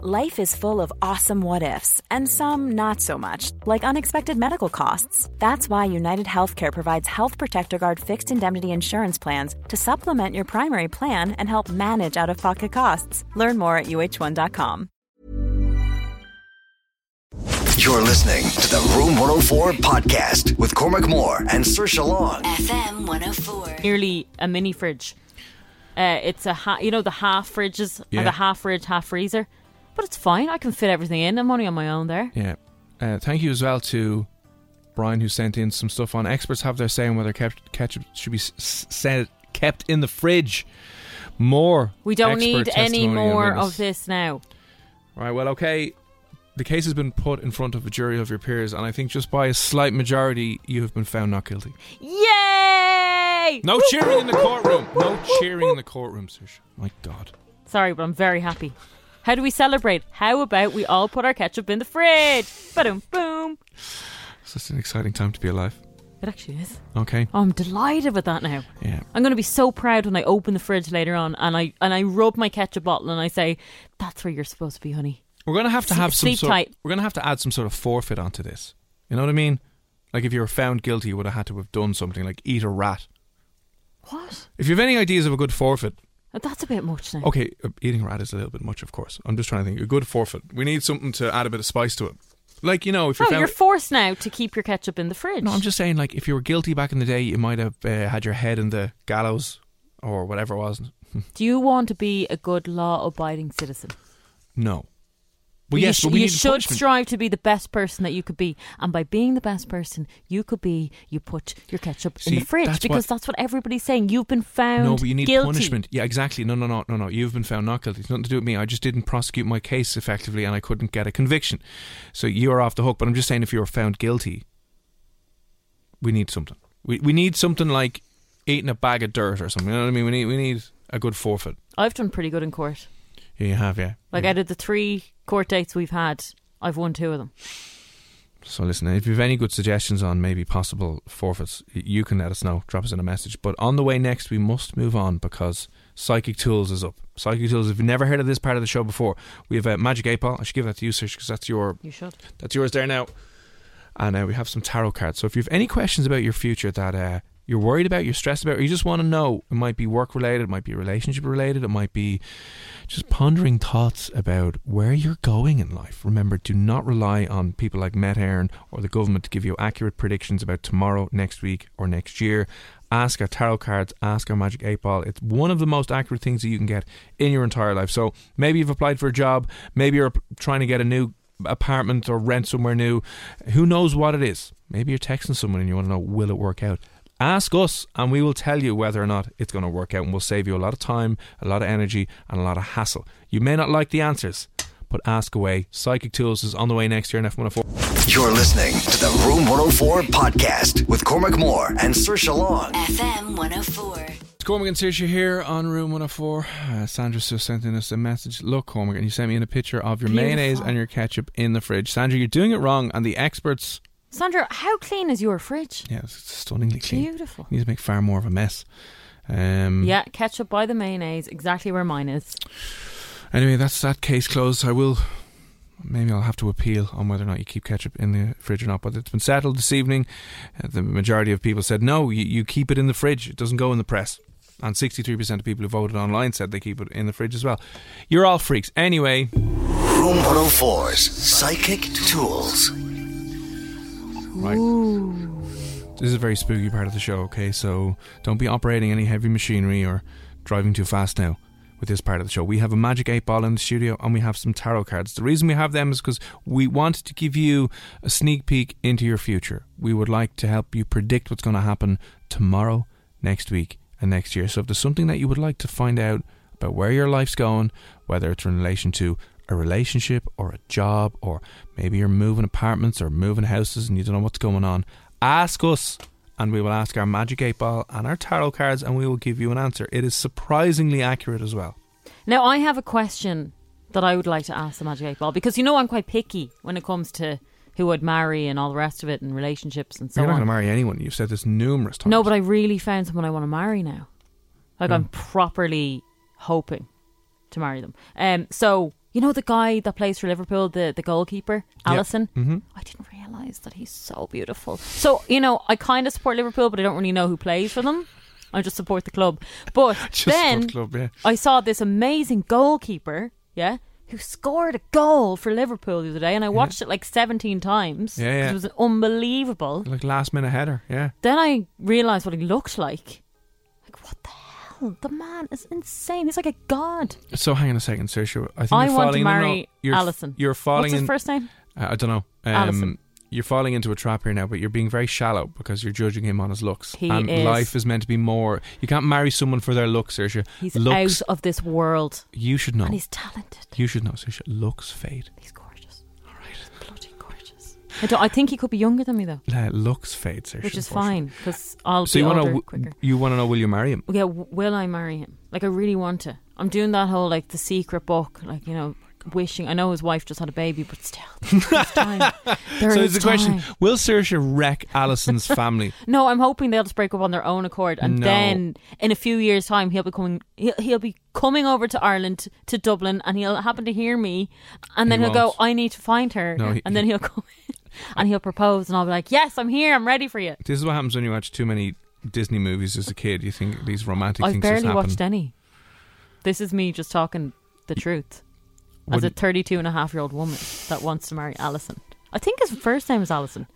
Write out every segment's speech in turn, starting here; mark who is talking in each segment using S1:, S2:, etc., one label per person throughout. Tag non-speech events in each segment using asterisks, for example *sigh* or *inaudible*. S1: Life is full of awesome what ifs, and some not so much, like unexpected medical costs. That's why United Healthcare provides Health Protector Guard fixed indemnity insurance plans to supplement your primary plan and help manage out of pocket costs. Learn more at uh1.com.
S2: You're listening to the Room 104 podcast with Cormac Moore and Sir Long.
S3: FM 104.
S4: nearly a mini fridge. Uh, it's a ha- you know the half fridges,
S5: Yeah.
S4: yeah. the half fridge, half freezer. But it's fine. I can fit everything in. I'm only on my own there.
S5: Yeah. Uh, thank you as well to Brian who sent in some stuff on experts have their say on whether kept, ketchup should be s- s- said, kept in the fridge. More.
S4: We don't
S5: expert
S4: need any
S5: testimony on
S4: more of this now.
S5: Right. Well, okay. The case has been put in front of a jury of your peers, and I think just by a slight majority, you have been found not guilty.
S4: Yay!
S5: No cheering in the courtroom. No cheering in the courtroom, Sir. My God.
S4: Sorry, but I'm very happy. How do we celebrate? How about we all put our ketchup in the fridge? Boom, boom.
S5: Such an exciting time to be alive.
S4: It actually is.
S5: Okay.
S4: Oh, I'm delighted with that now.
S5: Yeah.
S4: I'm going to be so proud when I open the fridge later on and I and I rub my ketchup bottle and I say, "That's where you're supposed to be, honey."
S5: We're gonna have to
S4: Sleep-
S5: have some
S4: sleep
S5: sort.
S4: tight.
S5: We're gonna have to add some sort of forfeit onto this. You know what I mean? Like if you were found guilty, you would have had to have done something like eat a rat.
S4: What?
S5: If you have any ideas of a good forfeit,
S4: That's a bit much now.
S5: okay, uh, eating a rat is a little bit much, of course. I'm just trying to think. A good forfeit. We need something to add a bit of spice to it. Like you know, if you're
S4: No,
S5: found.
S4: Oh, you're forced now to keep your ketchup in the fridge.
S5: no, I'm just saying. Like if you were guilty back in the day, you might have uh, had your head in the gallows or whatever it was.
S4: Do you want to be a good law-abiding citizen?
S5: No. But
S4: you
S5: yes,
S4: sh-
S5: but we
S4: you
S5: need
S4: should
S5: punishment.
S4: strive to be the best person that you could be, and by being the best person you could be, you put your ketchup in
S5: See,
S4: the fridge
S5: that's
S4: because
S5: what-
S4: that's what everybody's saying. You've been found
S5: No, but you need
S4: guilty.
S5: punishment. Yeah, exactly. No, no, no, no, no. You've been found not guilty. It's nothing to do with me. I just didn't prosecute my case effectively, and I couldn't get a conviction. So you are off the hook. But I'm just saying, if you were found guilty, we need something. We we need something like eating a bag of dirt or something. You know what I mean? We need we need a good forfeit.
S4: I've done pretty good in court.
S5: Yeah, you have, yeah.
S4: Like
S5: yeah.
S4: out of the three court dates we've had, I've won two of them.
S5: So listen, if you have any good suggestions on maybe possible forfeits, y- you can let us know. Drop us in a message. But on the way next, we must move on because Psychic Tools is up. Psychic Tools. If you've never heard of this part of the show before, we have a Magic Eight Ball. I should give that to you, Sish, because that's your
S4: You should.
S5: that's yours there now. And uh, we have some tarot cards. So if you have any questions about your future that uh, you're worried about, you're stressed about, or you just want to know, it might be work related, it might be relationship related, it might be just pondering thoughts about where you're going in life. Remember, do not rely on people like Matt Hearn or the government to give you accurate predictions about tomorrow, next week, or next year. Ask our tarot cards, ask our magic eight ball. It's one of the most accurate things that you can get in your entire life. So maybe you've applied for a job, maybe you're trying to get a new apartment or rent somewhere new. Who knows what it is? Maybe you're texting someone and you want to know, will it work out? Ask us, and we will tell you whether or not it's going to work out, and we'll save you a lot of time, a lot of energy, and a lot of hassle. You may not like the answers, but ask away. Psychic Tools is on oh the way next year in F104.
S2: You're listening to the Room 104 podcast with Cormac Moore and Sir Long.
S3: FM 104.
S5: It's Cormac and Saoirse here on Room 104. Uh, Sandra's just sent in us a message. Look, Cormac, and you sent me in a picture of your mayonnaise
S4: Beautiful.
S5: and your ketchup in the fridge. Sandra, you're doing it wrong, and the experts.
S4: Sandra, how clean is your fridge?
S5: Yeah, it's stunningly clean. Mm.
S4: Beautiful.
S5: You need to make far more of a mess. Um,
S4: Yeah, ketchup by the mayonnaise, exactly where mine is.
S5: Anyway, that's that case closed. I will. Maybe I'll have to appeal on whether or not you keep ketchup in the fridge or not. But it's been settled this evening. Uh, the majority of people said no. You, you keep it in the fridge. It doesn't go in the press. And 63% of people who voted online said they keep it in the fridge as well. You're all freaks. Anyway,
S2: Room 104's Psychic Tools.
S5: right. This is a very spooky part of the show. Okay, so don't be operating any heavy machinery or driving too fast now. With this part of the show, we have a magic eight ball in the studio, and we have some tarot cards. The reason we have them is because we want to give you a sneak peek into your future. We would like to help you predict what's going to happen tomorrow, next week, and next year. So, if there's something that you would like to find out about where your life's going, whether it's in relation to a relationship or a job, or maybe you're moving apartments or moving houses and you don't know what's going on, ask us and we will ask our magic eight ball and our tarot cards and we will give you an answer. It is surprisingly accurate as well.
S4: Now, I have a question that I would like to ask the Magic 8 Ball because you know I'm quite picky when it comes to who I'd marry and all the rest of it and relationships and so
S5: You're not
S4: on.
S5: going to marry anyone. You've said this numerous times.
S4: No, but I really found someone I want to marry now. Like
S5: Hmm.
S4: I'm properly hoping to marry them. Um, so you know the guy that plays for Liverpool, the the goalkeeper,
S5: Yeah.
S4: Allison. Mm-hmm. I didn't realize that he's so beautiful. So you know, I kind of support Liverpool, but I don't really know who plays for them. I just support the club.
S5: *laughs*
S4: But
S5: *laughs* Just
S4: then
S5: foot club, yeah.
S4: I saw this amazing goalkeeper, yeah, who scored a goal for Liverpool the other day, and I watched it like 17 times.
S5: Yeah,
S4: 'cause
S5: yeah.
S4: It was unbelievable
S5: Like last minute header, yeah.
S4: then I realised what he looked like. Like, what the hell? The man is insane. He's like a god.
S5: So hang on a second, Saoirse. I think
S4: I
S5: you're
S4: want
S5: falling
S4: to
S5: in- no,
S4: marry
S5: you're,
S4: Alison.
S5: You're falling
S4: What's his
S5: in.
S4: first name?
S5: Uh, I don't know. Um,
S4: Alison.
S5: You're falling into a trap here now, but you're being very shallow because you're judging him on his looks.
S4: He
S5: and
S4: is.
S5: life is meant to be more. You can't marry someone for their looks, Saoirse.
S4: He's
S5: looks.
S4: out of this world.
S5: you should know.
S4: And he's talented.
S5: You should know, Saoirse. Looks fade.
S4: He's gorgeous. All right. He's bloody gorgeous. I, don't, I think he could be younger than me, though,
S5: Uh, looks fade, Saoirse.
S4: which is
S5: unfortunately.
S4: fine because I'll
S5: So
S4: be
S5: you want
S4: older
S5: to
S4: quicker.
S5: you want to know? Will you marry him?
S4: Yeah, w- will I marry him? Like, I really want to. I'm doing that whole, like, the secret book, like, you
S5: Oh
S4: know, wishing. I know his wife just had a baby, but
S5: *laughs*
S4: still. There's time. There
S5: so
S4: is
S5: it's the question:
S4: time.
S5: Will Saoirse wreck
S4: *laughs*
S5: Alison's family?
S4: No, I'm hoping they'll just break up on their own accord, and
S5: No.
S4: then in a few years' time, he'll be coming. He'll, he'll be coming over to Ireland to Dublin, and he'll happen to hear me, and then
S5: He
S4: he will go,
S5: won't.
S4: "I need to find her,"
S5: No, he-
S4: and then he'll *laughs* come in, and he'll propose, and I'll be like, "Yes, I'm here. I'm ready for you."
S5: This is what happens when you watch too many Disney movies as a kid. You think these romantic
S4: I've
S5: things
S4: barely
S5: just happen.
S4: watched any. This is me just talking the truth as a
S5: Wouldn't-
S4: 32 and a half year old woman that wants to marry Alison. I think his first name is Alison.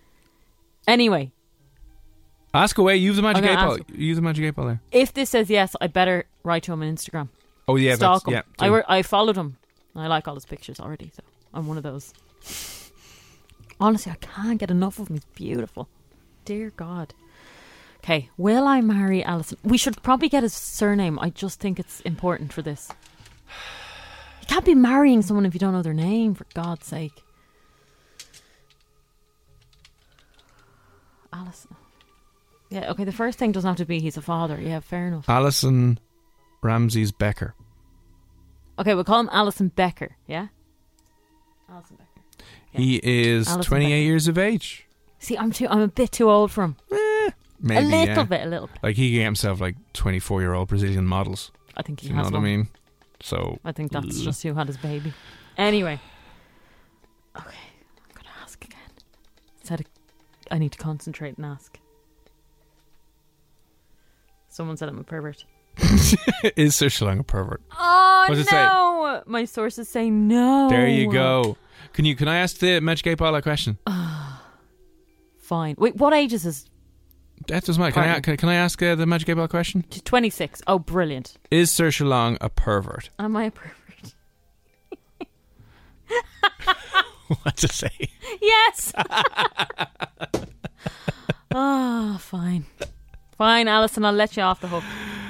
S4: Anyway,
S5: Ask away. Use the
S4: I'm
S5: magic eight
S4: gonna
S5: ball. Use the magic eight ball there.
S4: if this says yes, I better write to him on Instagram.
S5: Oh yeah,
S4: stalk him.
S5: that's, yeah.
S4: I,
S5: do.
S4: wor- I followed him. I like all his pictures already, so I'm one of those. Honestly, I can't get enough of him. He's beautiful. Dear God. Okay, will I marry Alison? We should probably get his surname. I just think it's important for this. You can't be marrying someone if you don't know their name, for God's sake. Alison. Yeah, okay, the first thing doesn't have to be he's a father. Yeah, fair enough.
S5: Alison Ramsey's Becker.
S4: Okay, we'll call him Alison Becker, yeah? Alison Becker.
S5: He is
S4: Alison
S5: 28
S4: Becker.
S5: years of age.
S4: See, I'm too I'm a bit too old for him.
S5: Maybe
S4: a little
S5: yeah.
S4: bit, a little bit.
S5: Like he gave himself like 24 year old Brazilian models.
S4: I think
S5: Do
S4: he
S5: you know
S4: has
S5: what
S4: one.
S5: I mean? So
S4: I think that's just who had his baby. Anyway. Okay, I'm gonna ask again. Said I need to concentrate and ask. Someone said I'm a pervert.
S5: is Sir Shalong a pervert?
S4: Oh
S5: What does it say?
S4: no! My sources say no.
S5: There you go. Can you can I ask the magic eight ball a question?
S4: Uh, Fine. Wait, what age is this?
S5: That doesn't matter. Can I,
S4: Pardon?
S5: can, can I ask uh, the magic eight ball a question?
S4: Twenty six. Oh, brilliant.
S5: Is Sir Shalong a pervert?
S4: Am I a pervert?
S5: *laughs* what to say?
S4: Yes. Ah, fine. Fine, Alison, I'll let you off the hook.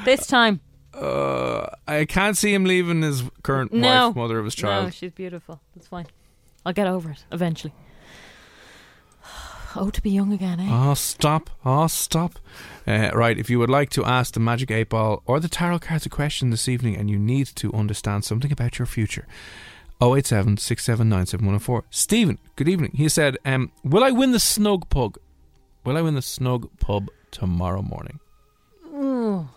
S4: This time.
S5: Uh, I can't see him leaving his current
S4: No.
S5: wife, mother of his
S4: No,
S5: child.
S4: she's beautiful. That's fine. I'll get over it eventually. *sighs* Oh, to be young again, eh?
S5: Oh, stop. Oh, stop. Uh, right, if you would like to ask the Magic 8 Ball or the Tarot Cards a question this evening and you need to understand something about your future, 087 679 7104. Stephen, good evening. He said, um, Will I win the snug pub? Will I win the snug pub tomorrow morning?
S4: Ooh,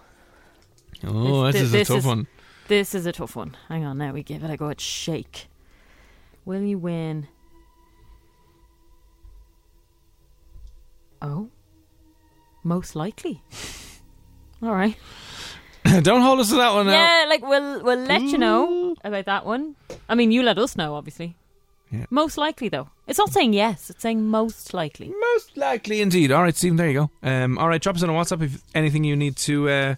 S5: Oh,
S4: This- thi-
S5: this, is
S4: this
S5: a tough
S4: is-
S5: one. *coughs*
S4: this is a tough one. Hang on, now we give it a go at shake. Will you win? Oh, most likely. All right.
S5: Don't hold us to that one now.
S4: Yeah, like we'll we'll let you
S5: Mm.
S4: know about that one. I mean, you let us know, obviously.
S5: Yeah.
S4: Most likely, though, it's not saying yes; it's saying most likely.
S5: Most likely indeed. All right, Stephen, there you go. Um, all right, drop us in a WhatsApp if anything you need to. Uh,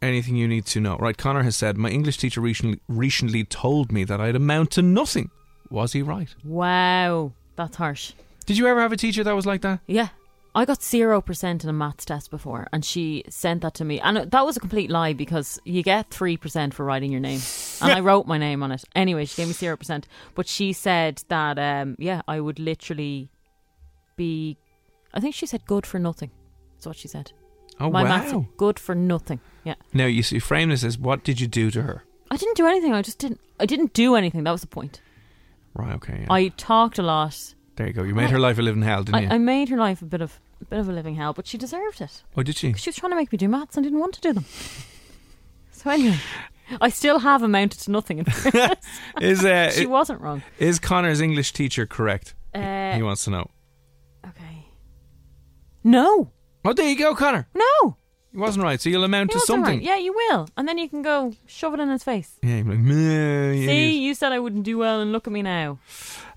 S5: Anything you need to know. Right, Connor has said, My English teacher recently, recently told me that I'd amount to nothing. Was he right?
S4: Wow, that's harsh.
S5: Did you ever have a teacher that was like that?
S4: Yeah, I got 0% in a maths test before, and she sent that to me. And it- that was a complete lie because you get 3% for writing your name. And
S5: *laughs*
S4: I wrote my name on it. Anyway, she gave me 0%. But she said that, um, yeah, I would literally be, I think she said good for nothing. That's what she said.
S5: Oh
S4: my maths,
S5: wow!
S4: good for nothing. Yeah.
S5: Now you see, frame this as what did you do to her?
S4: I didn't do anything. I just didn't, I didn't do anything. That was the point.
S5: Right. Okay. yeah.
S4: I talked a lot.
S5: there you go. You made her life a living hell, didn't
S4: I,
S5: you?
S4: I made her life a bit of a bit of a living hell, but she deserved it.
S5: oh,
S4: *laughs*
S5: did she?
S4: She was trying to make me do maths and I didn't want to do them. So anyway, I still have amounted to nothing. In *laughs* fairness.
S5: Is uh,
S4: she wasn't wrong.
S5: is Connor's English teacher correct?
S4: Uh,
S5: he wants to know.
S4: Okay. No,
S5: Oh, there you go, Connor.
S4: no.
S5: He wasn't right, so you'll amount
S4: He
S5: to
S4: wasn't
S5: something.
S4: right. Yeah, you will, and then you can go shove it in his face.
S5: Yeah, you'd be like, "Meh, you
S4: See, you said I wouldn't do well, and look at me now.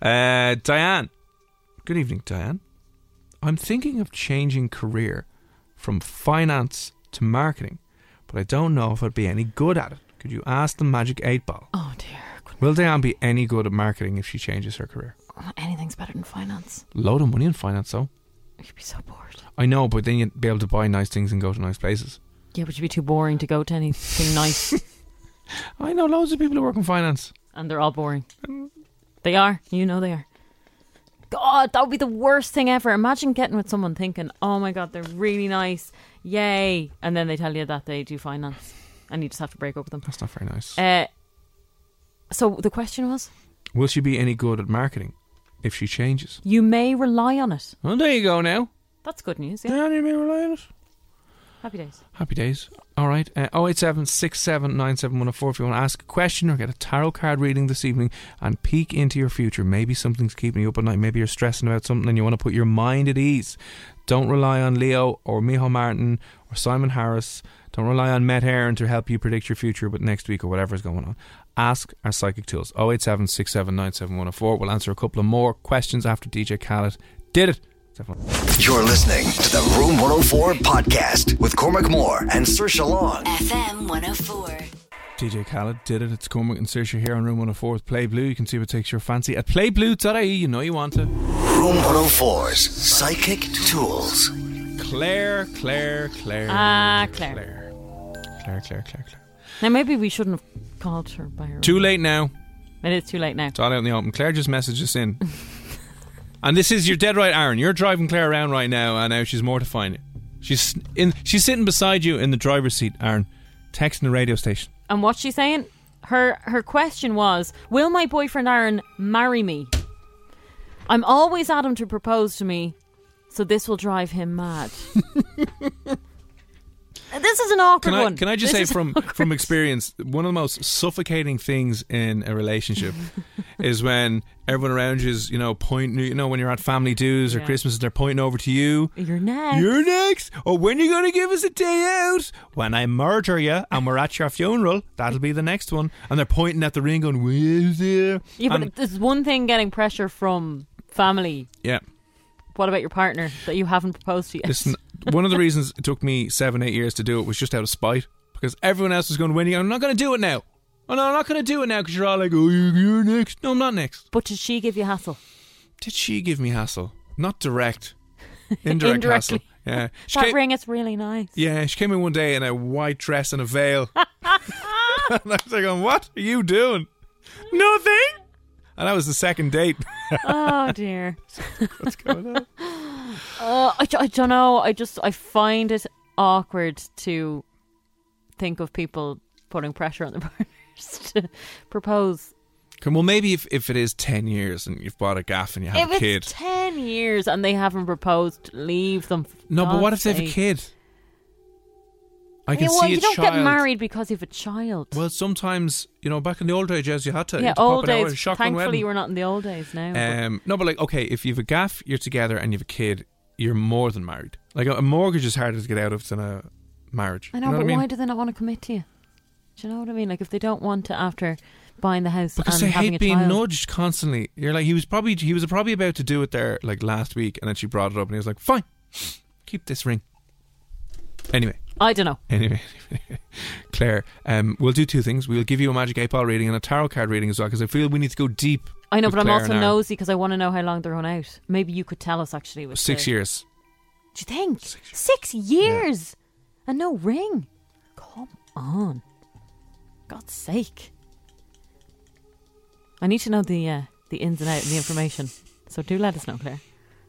S5: Uh, Diane. Good evening, Diane. I'm thinking of changing career from finance to marketing, but I don't know if I'd be any good at it. Could you ask the Magic 8 Ball?
S4: Oh dear, good-
S5: Will Diane be any good at marketing if she changes her career?
S4: anything's better than finance.
S5: Load of money in finance, though.
S4: You'd be so bored.
S5: I know, but then you'd be able to buy nice things and go to nice places.
S4: Yeah, but you'd be too boring to go to anything nice,
S5: I know loads of people who work in finance.
S4: and they're all boring. They are. You know they are. God, that would be the worst thing ever. Imagine getting with someone thinking, oh my God, they're really nice. Yay. And then they tell you that they do finance and you just have to break up with them.
S5: That's not very nice.
S4: Uh, so the question was
S5: Will she be any good at marketing if she changes?
S4: you may rely on it.
S5: Well, there you go now.
S4: That's good news. Yeah.
S5: Diane, you may rely on it.
S4: Happy days.
S5: Happy days. All right. Uh, 087 if you want to ask a question or get a tarot card reading this evening and peek into your future. Maybe something's keeping you up at night. Maybe you're stressing about something and you want to put your mind at ease. Don't rely on Leo or Miho Martin or Simon Harris. Don't rely on Met Aaron to help you predict your future but next week or whatever's going on. Ask our psychic tools. 087 We'll answer a couple of more questions after DJ Khaled did it. oh
S2: You're listening to the Room 104 podcast with Cormac Moore and Sir Long.
S3: FM 104.
S5: DJ Khaled did it. It's Cormac and Saoirse here on Room 104's Play Blue. You can see what takes your fancy at playblue.ie. You know you want to.
S2: Room 104's psychic tools.
S5: Claire, Claire, Claire.
S4: Ah, Claire.
S5: Claire, Claire, Claire, Claire. Claire.
S4: Now, maybe we shouldn't have called her by her.
S5: Too late now.
S4: It is too late now.
S5: It's all out in the open. Claire just messaged us in. and this is, you're dead right, Aaron. You're driving Claire around right now, and now she's mortifying you. She's in. She's sitting beside you in the driver's seat, Aaron, texting the radio station.
S4: And what's she saying? Her her question was, "Will my boyfriend Aaron marry me? I'm always at him to propose to me, so this will drive him mad." this is an awkward
S5: Can I,
S4: one.
S5: can I just
S4: This
S5: say
S4: is
S5: from
S4: awkward.
S5: from experience, one of the most suffocating things in a
S4: *laughs*
S5: relationship is when everyone around you is, you know, pointing, you know, when you're at family dues or
S4: Yeah.
S5: Christmas, they're pointing over to you.
S4: *laughs* You're next.
S5: You're next. Oh, when are you going to give us a day out? When I murder you and we're at your funeral, that'll be the next one. And they're pointing at the ring going, where's there?
S4: yeah, but
S5: And-
S4: there's one thing getting pressure from family.
S5: yeah.
S4: What about your partner that you haven't proposed to yet?
S5: Listen, one of the reasons it took me seven, eight years to do it was just out of spite because everyone else was going, when are you, I'm not going to do it now. Oh, no, I'm not going to do it now because you're all like, oh, you- you're next. No, I'm not next.
S4: but did she give you hassle?
S5: Did she give me hassle?
S4: *laughs*
S5: Not direct. Indirect hassle.
S4: Indirectly.
S5: Yeah. She
S4: That
S5: came,
S4: ring is really nice.
S5: *laughs* Yeah, she came in one day in a white dress and
S4: *laughs*
S5: a veil. and I was like, going, what are you doing? Nothing. And that was the second date. *laughs*
S4: Oh dear.
S5: What's going on?
S4: Uh, I, I don't know. I just I find it awkward to think of people putting pressure *laughs* on their partners to propose.
S5: Come, well, maybe if, if it is 10 years and you've bought a gaff and you have
S4: if
S5: a kid.
S4: it's ten years and they haven't proposed, leave them. for
S5: no, but what
S4: God's
S5: if they have a
S4: sake.
S5: kid? I can
S4: yeah, well,
S5: see a
S4: you don't
S5: child.
S4: get married because you have a child.
S5: Well, sometimes, you know, back in the old ages, you had to.
S4: yeah,
S5: to pop
S4: old
S5: it out
S4: days.
S5: with a shotgun
S4: Thankfully,
S5: wedding.
S4: we're not in the old days now. but-
S5: Um, no, but like, okay, if you have a gaff, you're together, and you have a kid, you're more than married. Like a, a mortgage is harder to get out of than a marriage.
S4: I know,
S5: you know
S4: but
S5: what I mean?
S4: why do they not want to commit to you? Do you know what I mean? Like if they don't want to after buying the house
S5: because
S4: and
S5: they
S4: Um, having
S5: hate
S4: a
S5: being
S4: child.
S5: nudged constantly. You're like, he was probably he was probably about to do it there like last week, and then she brought it up, and he was like, fine, keep this ring. Anyway,
S4: I don't know.
S5: anyway, *laughs* Claire, um, we'll do two things. We'll give you a magic eight ball reading and a tarot card reading as well, because I feel we need to go deep.
S4: I know,
S5: with
S4: but I'm
S5: Claire
S4: also
S5: and Aaron.
S4: nosy because I want to know how long they're on out. Maybe you could tell us actually. With
S5: six
S4: the-
S5: years.
S4: Do you think? Six, years and no ring. Come on. God's sake. I need to know the uh, the ins and out and the information. So do let us know, Claire.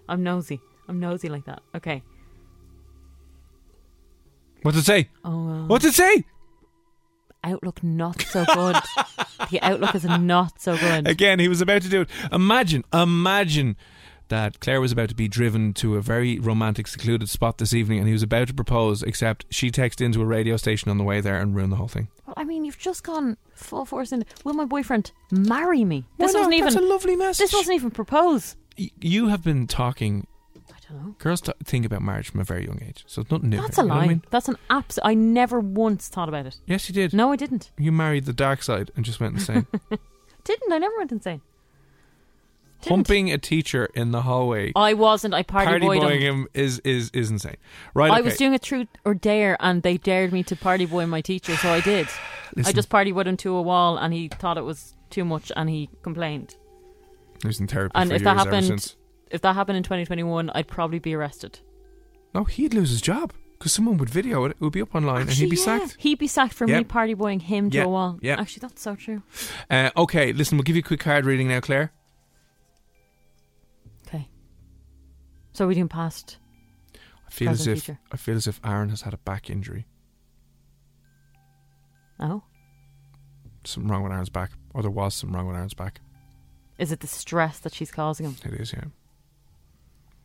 S4: I'm nosy. I'm nosy like that. Okay.
S5: What's it say?
S4: Oh, uh,
S5: What's it say?
S4: outlook not so
S5: *laughs*
S4: good. the outlook is not so good.
S5: Again, he was about to do it. Imagine, imagine that Claire was about to be driven to a very romantic, secluded spot this evening and he was about to propose, except she texted into a radio station on the way there and ruined the whole thing.
S4: Well, I mean, you've just gone full force in. Will my boyfriend marry me? This
S5: Why not?
S4: wasn't
S5: That's
S4: even.
S5: a lovely message.
S4: This wasn't even propose.
S5: Y- You have been talking.
S4: I don't know.
S5: Girls t- think about marriage from a very young age, so it's not new.
S4: That's a
S5: here, you know
S4: lie.
S5: what I mean?
S4: That's an absolute. I never once thought about it.
S5: Yes, you did.
S4: No, I didn't.
S5: You married the dark side and just
S4: *laughs*
S5: went insane.
S4: Didn't I? Never went insane. Didn't.
S5: Humping a teacher in the hallway,
S4: I wasn't. I Oh, party,
S5: party
S4: boyed
S5: boying
S4: them.
S5: him is is is insane. Right?
S4: I
S5: okay.
S4: was doing a truth or dare, and they dared me to party boy my teacher, so I did. I
S5: Listen.
S4: just party boyed him to a wall, and he thought it was too much, and he complained.
S5: I was in therapy
S4: And
S5: for
S4: if
S5: years
S4: that
S5: ever
S4: happened,
S5: since.
S4: if that happened in 2021, I'd probably be arrested.
S5: No, he'd lose his job because someone would video it. It would be up online, and he'd be
S4: Actually, yeah.
S5: sacked.
S4: He'd be sacked for me
S5: Yep.
S4: party boying him to
S5: Yeah,
S4: a wall.
S5: yeah.
S4: Actually, that's so true.
S5: Uh, okay, listen, we'll give you a quick card reading now, Claire.
S4: Okay. So we're doing past.
S5: I feel as
S4: Present
S5: if
S4: teacher.
S5: I feel as if Aaron has had a back injury.
S4: Oh,
S5: Something wrong with Aaron's back, or there was something wrong with Aaron's back.
S4: is it the stress that she's causing him?
S5: It is, yeah.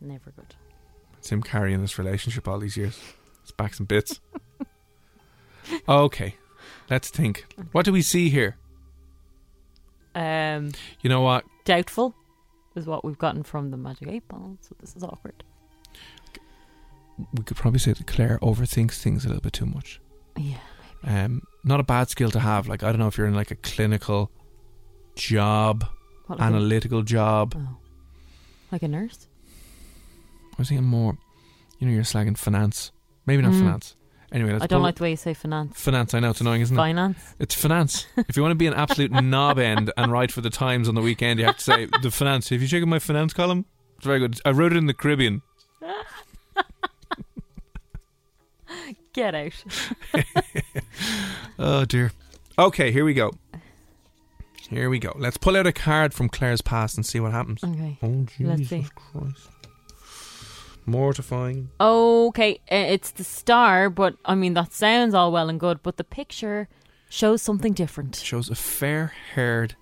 S4: Never good.
S5: It's him carrying this relationship all these years. It's backs and
S4: *laughs*
S5: bits. okay, let's think. What do we see here?
S4: Um,
S5: You know what?
S4: doubtful is what we've gotten from the magic eight ball. So this is awkward.
S5: We could probably say that Claire overthinks things a little bit too much.
S4: Yeah.
S5: Um, not a bad skill to have. Like I don't know if you're in like a clinical job,
S4: What like, a,
S5: analytical job.
S4: oh. like a nurse?
S5: I was thinking more. You know, you're slagging finance. Maybe not
S4: Mm.
S5: finance. Anyway, let's
S4: I don't
S5: pull-
S4: like the way you say
S5: *laughs*
S4: finance.
S5: finance. I know it's annoying, isn't it?
S4: Finance. *laughs*
S5: It's finance. If you want to be an absolute knob end and write for the Times on the weekend, you have to say the finance. If you check out my finance column, it's very good. I wrote it in the Caribbean.
S4: Get out.
S5: Oh dear. Okay, here we go. Here we go. Let's pull out a card from Claire's past and see what happens.
S4: Okay.
S5: Oh
S4: Let's
S5: Jesus
S4: see.
S5: Christ! Mortifying.
S4: Okay, uh, it's the star, but I mean that sounds all well and good, but the picture shows something different.
S5: shows a fair-haired,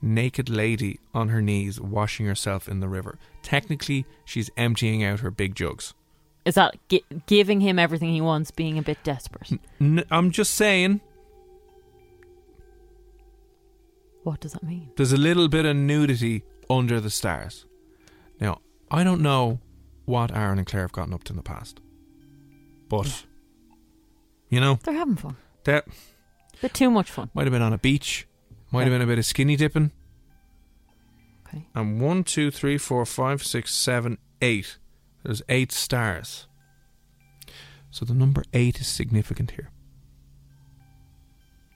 S5: naked lady on her knees washing herself in the river. Technically, she's emptying out her big jugs.
S4: Is that gi- giving him everything he wants, being a bit desperate?
S5: N- I'm just saying.
S4: What does that mean?
S5: there's a little bit of nudity under the stars. Now, I don't know what Aaron and Claire have gotten up to in the past, but you know
S4: They're having fun.
S5: that
S4: Bit too much fun.
S5: might have been on a beach, might have
S4: Yeah.
S5: been a bit of skinny dipping,
S4: Okay.
S5: and one, two, three, four, five, six, seven, eight. There's eight stars. So the number eight is significant here.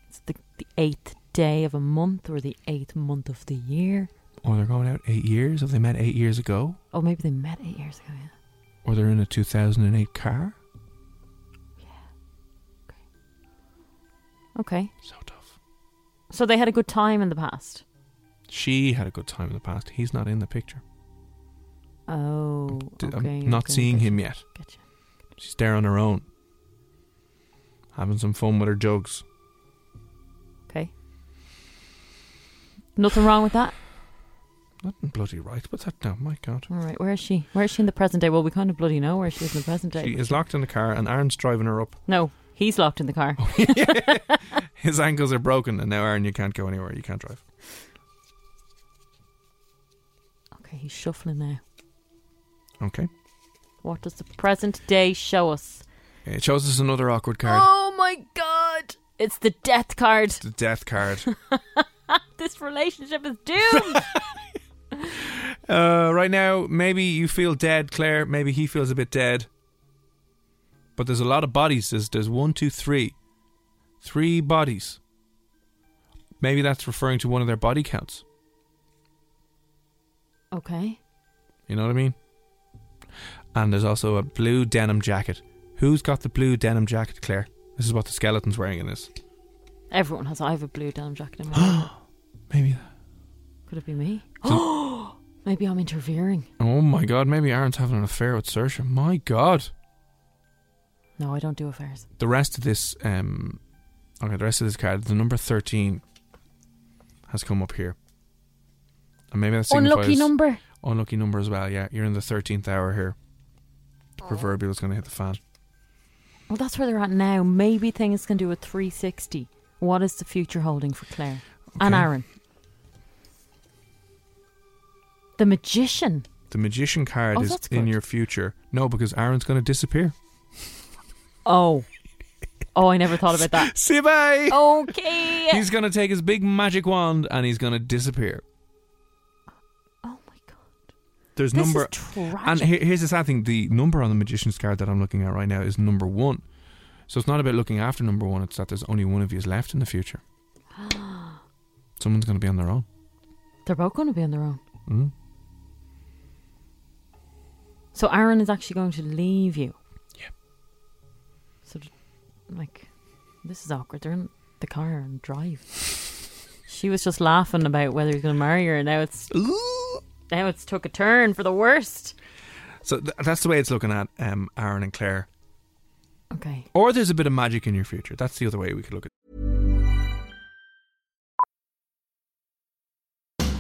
S4: It's the, the eighth day of a month or the eighth month of the year.
S5: Or they're going out eight years. Have they met eight years ago?
S4: Oh, maybe they met eight years ago, yeah.
S5: Or they're in a 2008 car?
S4: Okay.
S5: So tough.
S4: So they had a good time in the past.
S5: She had a good time in the past. He's not in the picture.
S4: Oh,
S5: D-
S4: okay.
S5: I'm not
S4: okay,
S5: seeing
S4: gotcha,
S5: him yet.
S4: Gotcha.
S5: She's there on her own, having some fun with her jugs.
S4: Okay. Nothing wrong with that.
S5: Nothing bloody right. What's that now? My God.
S4: All right. Where is she? Where is she in the present day? Well, we kind of bloody know where she is in the present day.
S5: She is locked in the car, and Aaron's driving her up.
S4: No, he's locked in the car.
S5: Oh. His ankles are broken, and now Aaron, you can't go anywhere. You can't drive.
S4: Okay, he's shuffling now.
S5: Okay.
S4: What does the present day show us?
S5: It shows us another awkward card.
S4: Oh my god! It's the death card.
S5: The death card. *laughs*
S4: This relationship is doomed.
S5: uh, right now, maybe you feel dead, Claire. Maybe he feels a bit dead. But there's a lot of bodies. There's, there's one, two, three. Three bodies. Maybe that's referring to one of their body counts.
S4: okay.
S5: You know what I mean? and there's also a blue denim jacket. Who's got the blue denim jacket, Claire? This is what the skeleton's wearing in this.
S4: Everyone has. I have a blue denim jacket
S5: *gasps*
S4: in my room.
S5: Maybe.
S4: Could it be me? *gasps* Maybe I'm interfering.
S5: Oh my god, maybe Aaron's having an affair with Sersha. My god.
S4: No, I don't do affairs.
S5: The rest of this, um, okay, the rest of this card, the number 13 has come up here. And maybe that's
S4: Unlucky number.
S5: Unlucky number as well, yeah. You're in the 13th hour here.
S4: Oh.
S5: The proverbial is going to hit the fan.
S4: Well, that's where they're at now. Maybe things can do a 360. What is the future holding for Claire and
S5: Okay.
S4: Aaron? The magician.
S5: The magician card
S4: Oh,
S5: is
S4: that's
S5: in
S4: good.
S5: your future. No, because Aaron's going to disappear.
S4: Oh. Oh, I never thought about
S5: *laughs*
S4: that.
S5: See you, bye!
S4: Oh, Okay.
S5: He's going to take his big magic wand and he's going to disappear.
S4: oh my god.
S5: There's
S4: This
S5: number
S4: is tragic.
S5: And here, here's the sad thing: the number on the magician's card that I'm looking at right now is number one. So it's not about looking after number one; it's that there's only one of you left in the future. Someone's going to be on their own.
S4: They're both going to be on their own.
S5: Mm.
S4: So Aaron is actually going to leave you. Yeah. So, th- like, this is awkward. They're in the car and drive. she was just laughing about whether he's going to marry her, and now it's now it's took a turn for the worst.
S5: So th- that's the way it's looking at um, Aaron and Claire.
S4: Okay.
S5: Or there's a bit of magic in your future. That's the other way we could look at.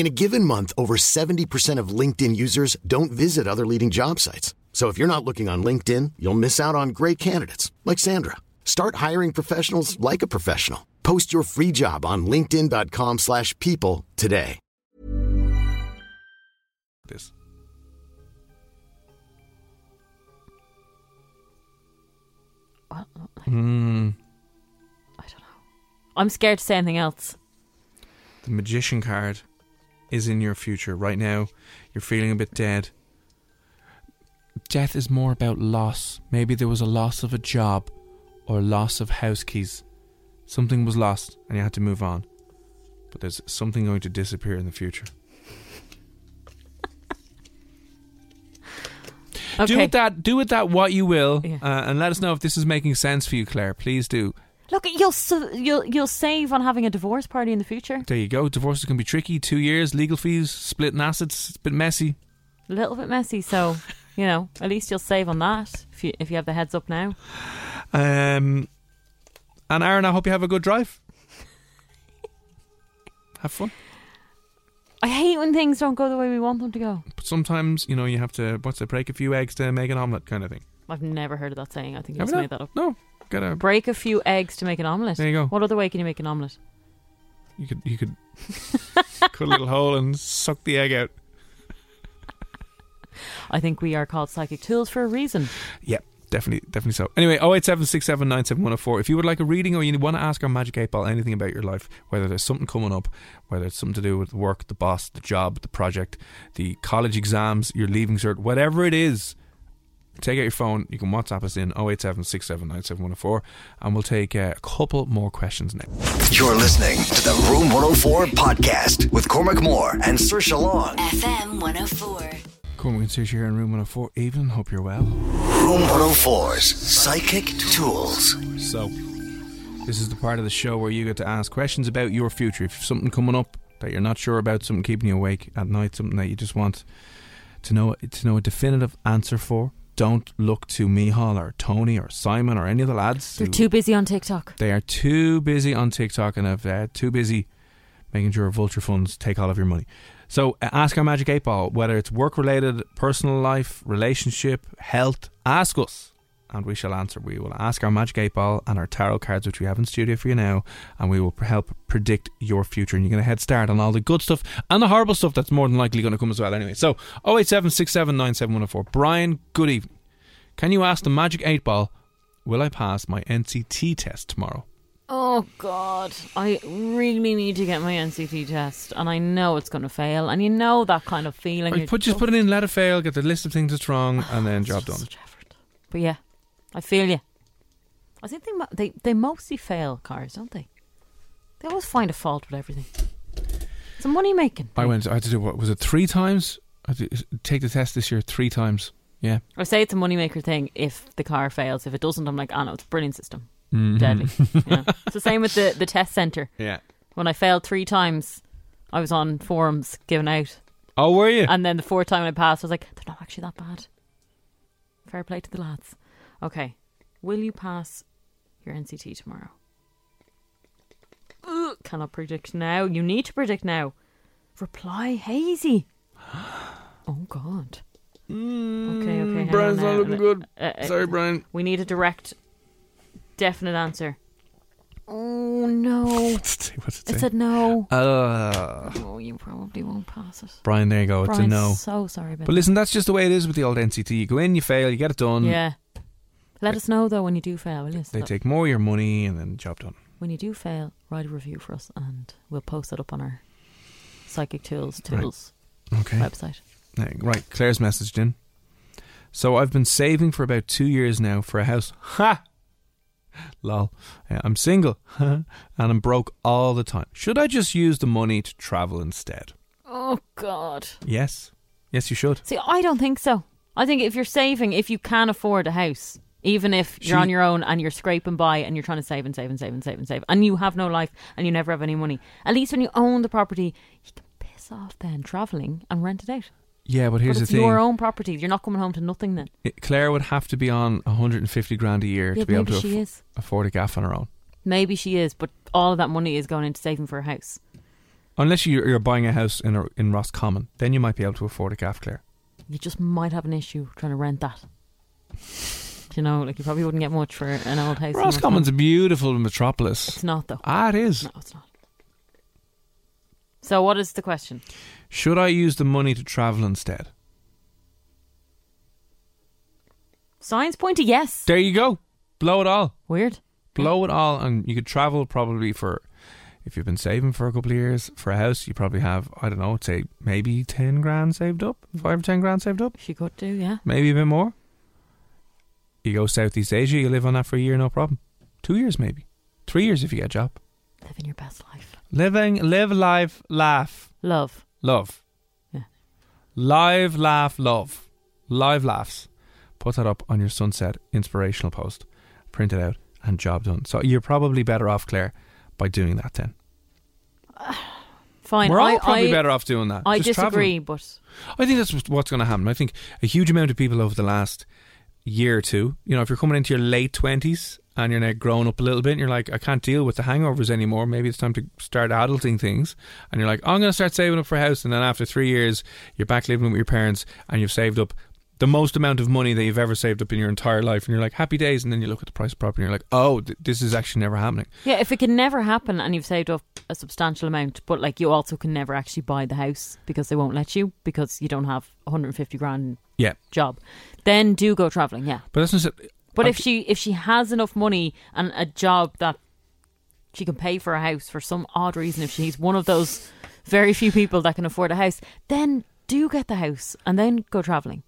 S6: In a given month, over 70% of LinkedIn users don't visit other leading job sites. So if you're not looking on LinkedIn, you'll miss out on great candidates like Sandra. Start hiring professionals like a professional. Post your free job on linkedin.com/people slash people today.
S5: this.
S4: Well, I
S5: Mm.
S4: don't know. I'm scared to say anything else.
S5: The magician card is in your future right now. You're feeling a bit dead. Death is more about loss. Maybe there was a loss of a job or loss of house keys. Something was lost and you had to move on. But there's something going to disappear in the future.
S4: Okay.
S5: Do with that do with that what you will
S4: Yeah.
S5: uh, and let us know if this is making sense for you Claire. Please do.
S4: Look, you'll s- you'll you'll save on having a divorce party in the future.
S5: There you go. Divorces can be tricky. 2 years, legal fees, splitting assets, it's a bit messy.
S4: A little bit messy, so you know at least you'll save on that if you if you have the heads up now.
S5: Um, and Aaron, I hope you have a good
S4: *laughs*
S5: drive. have fun.
S4: I hate when things don't go the way we want them to go.
S5: But sometimes, you know, you have to what's it, break a few eggs to make an omelette, kind of thing.
S4: I've never heard of that saying. I think you
S5: Have
S4: just
S5: you
S4: made
S5: not?
S4: that up.
S5: No, gotta.
S4: Break a few eggs to make an omelette.
S5: There you go.
S4: What other way can you make an omelette?
S5: You could you could
S4: *laughs*
S5: cut a little hole and suck the egg out.
S4: I think we are called psychic tools for a reason.
S5: Yep, definitely, definitely so. Anyway, oh eight seven six seven nine seven one zero four. If you would like a reading or you want to ask our magic eight ball anything about your life, whether there's something coming up, whether it's something to do with work, the boss, the job, the project, the college exams, your leaving cert, whatever it is, take out your phone. You can WhatsApp us in oh eight seven six seven nine seven one zero four, and we'll take uh, a couple more questions next.
S2: You're listening to the Room 104 podcast with Cormac Moore and Sir Long.
S3: FM 104.
S5: Cormac and Sushi here in room 104. Evening, hope you're well.
S2: Room 104's Psychic Tools.
S5: So, this is the part of the show where you get to ask questions about your future. If you've something coming up that you're not sure about, something keeping you awake at night, something that you just want to know to know a definitive answer for, don't look to Mihal or Tony or Simon or any of the lads.
S4: They're
S5: who-
S4: too busy on TikTok.
S5: They are too busy on TikTok and if they're too busy making sure vulture funds take all of your money. So uh, ask our magic eight ball whether it's work related, personal life, relationship, health. Ask us, and we shall answer. We will ask our magic eight ball and our tarot cards, which we have in studio for you now, and we will pr- help predict your future. And you're going to head start on all the good stuff and the horrible stuff that's more than likely going to come as well. Anyway, so 0876797104. Brian, good evening. Can you ask the magic eight ball? Will I pass my NCT test tomorrow?
S4: Oh God, I really need to get my NCT test, and I know it's going to fail, and you know that kind of feeling.
S5: Or
S4: You're Oh,
S5: put, just put it in, let it fail, get the list of things that's wrong, and then job done.
S4: Such effort. But yeah, I feel you. I think they mo- they they mostly fail cars, don't they? They always find a fault with everything. It's a money making.
S5: I went. I had to do what was it three times? I had to take the test this year three times. Yeah,
S4: I say it's a money maker thing. If the car fails, if it doesn't, I'm like, oh no, it's a brilliant system. Deadly. Yeah. It's the same with the the test center.
S5: yeah.
S4: When I failed three times, I was on forums giving out.
S5: Oh, were you?
S4: And then the fourth time I passed, I was like, they're not actually that bad. Fair play to the lads. Okay. Will you pass your NCT tomorrow? Ugh, cannot predict now. You need to predict now. Reply hazy. *gasps* oh, God. okay, okay. hang
S5: Brian's
S4: on
S5: not
S4: now.
S5: Mm, looking good.
S4: Uh, uh, *laughs*
S5: Sorry, Brian.
S4: We need a direct, definite answer. Oh, no.
S5: What's it say?
S4: It said
S5: *laughs*
S4: no.
S5: Uh,
S4: Oh, you probably won't pass it.
S5: Brian, there you go. It's a
S4: Brian,
S5: no.
S4: so sorry about
S5: But listen, that's just the way it is with the old NCT. You go in, you fail, you get it done.
S4: Yeah. Let us know though when you do fail, will you?
S5: Mm. They
S4: So-
S5: take more of your money, and then job done.
S4: when you do fail, write a review for us and we'll post it up on our Psychic Tools
S5: Right.
S4: Tools
S5: Okay.
S4: website.
S5: Uh, Right, Claire's messaged in. So I've been saving for about two years now for a house. *laughs* Ha! Lol. Uh, I'm single. *laughs* and I'm broke all the time. Should I just use the money to travel instead?
S4: Oh God.
S5: Yes. Yes, you should.
S4: See, I don't think so. I think if you're saving, if you can afford a house, even if you're
S5: She-
S4: on your own and you're scraping by and you're trying to save and save and save and save and save, and you have no life and you never have any money, at least when you own the property, you can piss off then traveling and rent it out.
S5: Yeah, but here's
S4: but
S5: the
S4: it's
S5: thing.
S4: your own property. You're not coming home to nothing then.
S5: It- Claire would have to be on 150 grand a year
S4: Yeah,
S5: to be able
S4: maybe
S5: to
S4: she
S5: affo-
S4: is.
S5: afford a gaff on her own.
S4: Maybe she is, but all of that money is going into saving for a house.
S5: Unless you- you're buying a house in, a, in Roscommon, then you might be able to afford a gaff, Claire.
S4: You just might have an issue trying to rent that. You know, like you probably wouldn't get much for an old house. in
S5: Roscommon's a beautiful metropolis.
S4: It's not though.
S5: ah, it is.
S4: No, it's not. So what is the question?
S5: Should I use the money to travel instead?
S4: Signs point to yes.
S5: There you go. Blow it all.
S4: Weird.
S5: Blow it all, and you could travel probably for, if you've been saving for a couple of years for a house, you probably have I don't know, say maybe ten grand saved up, five or ten grand saved up,
S4: She could do, yeah.
S5: maybe a bit more. You go Southeast Asia, you live on that for a year, no problem. Two years maybe, three years if you get a job.
S4: Living your best life.
S5: Living, live, life, laugh,
S4: Love.
S5: love.
S4: Yeah.
S5: Live, laugh, love. Live laughs. Put that up on your sunset inspirational post. Print it out and job done. So you're probably better off, Claire, by doing that then.
S4: Fine.
S5: We're all
S4: I,
S5: probably
S4: I,
S5: better off doing that.
S4: I
S5: Just
S4: disagree,
S5: travelling.
S4: but
S5: I think that's what's- what's going to happen. I think a huge amount of people over the last year or two, you know, if you're coming into your late 20s and you're now grown up a little bit and you're like, I can't deal with the hangovers anymore. Maybe it's time to start adulting things. And you're like, I'm going to start saving up for a house. And then after three years, you're back living with your parents and you've saved up the most amount of money that you've ever saved up in your entire life. And you're like, happy days. And then you look at the price of property and you're like, oh, th- this is actually never happening.
S4: yeah, if it can never happen and you've saved up a substantial amount, but like you also can never actually buy the house because they won't let you because you don't have 150 grand
S5: Yeah.
S4: job, then do go traveling, yeah.
S5: But that's not.
S4: But if she if she has enough money and a job that she can pay for a house for some odd reason, if she's one of those very few people that can afford a house, then do get the house and then go traveling.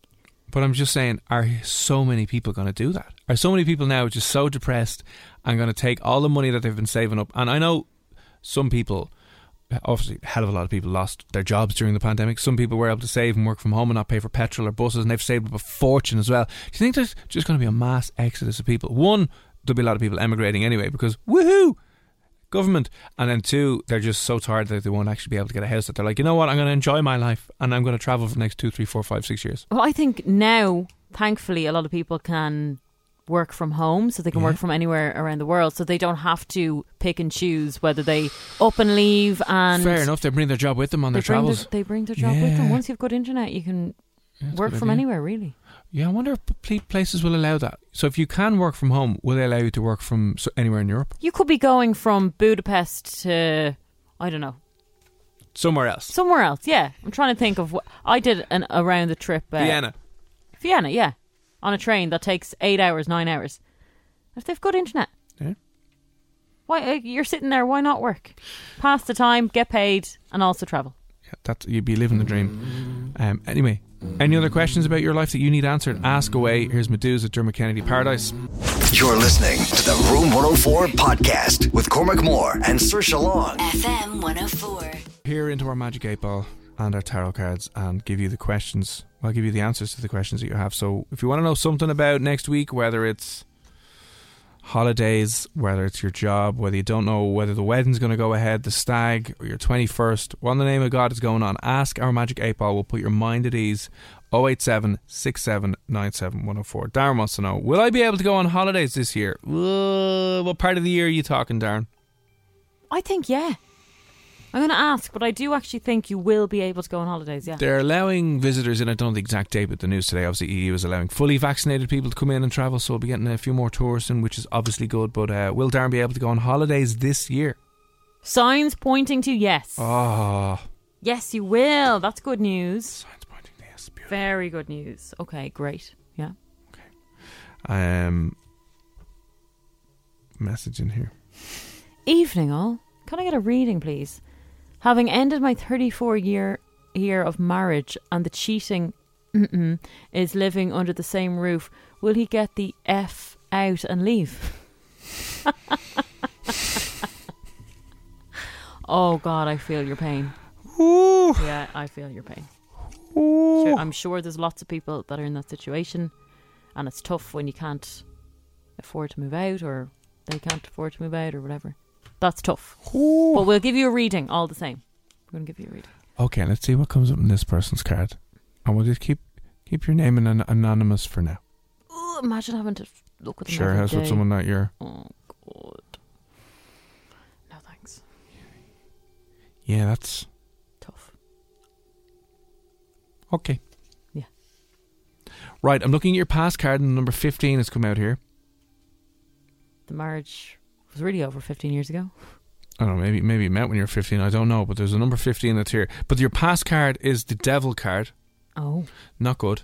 S5: But I'm just saying, are so many people going to do that? Are so many people now just so depressed and going to take all the money that they've been saving up? And I know some people, obviously, a hell of a lot of people lost their jobs during the pandemic. Some people were able to save and work from home and not pay for petrol or buses, and they've saved up a fortune as well. Do you think there's just going to be a mass exodus of people? One, there'll be a lot of people emigrating anyway because woohoo! government. And then two, they're just so tired that they won't actually be able to get a house that they're like, you know what, I'm going to enjoy my life and I'm going to travel for the next two, three, four, five, six years.
S4: Well, I think now, thankfully, a lot of people can work from home, so they can work
S5: Yeah.
S4: from anywhere around the world, so they don't have to pick and choose whether they up and leave and
S5: Fair enough, they bring their job with them on
S4: They
S5: their
S4: bring
S5: travels.
S4: their, they bring their job with them.
S5: Yeah.
S4: Once you've got internet, you can
S5: Yeah, that's a
S4: work
S5: good
S4: from
S5: idea.
S4: anywhere. Really,
S5: Yeah, I wonder if pl- places will allow that. So if you can work from home, will they allow you to work from s- anywhere in Europe?
S4: you could be going from Budapest to I don't know
S5: Somewhere else.
S4: somewhere else. Yeah, I'm trying to think of. Wh- I did an around the trip. Uh,
S5: Vienna.
S4: Vienna, yeah, on a train that takes eight hours, nine hours. If they've got internet,
S5: Yeah.
S4: why uh, you're sitting there? Why not work? Pass the time, get paid, and also travel.
S5: Yeah, that's you'd be living the dream. Um, anyway, any other questions about your life that you need answered? Ask away. Here's Medusa, Dermot Kennedy, Paradise.
S2: You're listening to the Room 104 podcast with Cormac Moore and Sir Long.
S3: FM 104.
S5: Here into our magic eight ball and our tarot cards, and give you the questions. I'll give you the answers to the questions that you have. So if you want to know something about next week, whether it's holidays, whether it's your job, whether you don't know whether the wedding's going to go ahead, the stag, or your 21st, what in the name of God is going on, ask our magic eight ball. We'll put your mind at ease. 087 6797 104. Darren wants to know Will I be able to go on holidays this year? Uh, what part of the year are you talking, Darren?
S4: I think yeah. I'm going to ask, but I do actually think you will be able to go on holidays. Yeah,
S5: They're allowing visitors in. I don't know the exact date, but the news today, obviously, EU is allowing fully vaccinated people to come in and travel. So we'll be getting a few more tourists in, which is obviously good. But uh, will Darren be able to go on holidays this year?
S4: signs pointing to yes.
S5: Oh,
S4: Yes, you will. That's good news.
S5: signs pointing to yes. Beautiful.
S4: Very good news. Okay, great. Yeah.
S5: Um, message in here.
S4: Evening all. Can I get a reading, please? Having ended my 34 year year of marriage and the cheating mm-mm, is living under the same roof, will he get the F out and leave? *laughs* oh God, I feel your pain. Yeah, I feel your pain. Sure, I'm sure there's lots of people that are in that situation, and it's tough when you can't afford to move out or they can't afford to move out or whatever. That's tough. But we'll give you a reading all the same. We're going to give you a reading.
S5: Okay, let's see what comes up in this person's card, and we'll just keep keep your name an- anonymous for now.
S4: Ooh, imagine having to f- look at them
S5: Share a
S4: every
S5: house with
S4: day.
S5: someone that you're.
S4: Oh, God. No, thanks.
S5: Yeah, that's
S4: Tough.
S5: Okay.
S4: Yeah.
S5: Right, I'm looking at your pass card and number 15 has come out here.
S4: The marriage was really over 15 years ago.
S5: I don't know, maybe maybe it meant when you were 15, I don't know, but there's a number 15 that's here. But your pass card is the devil card.
S4: Oh.
S5: Not good.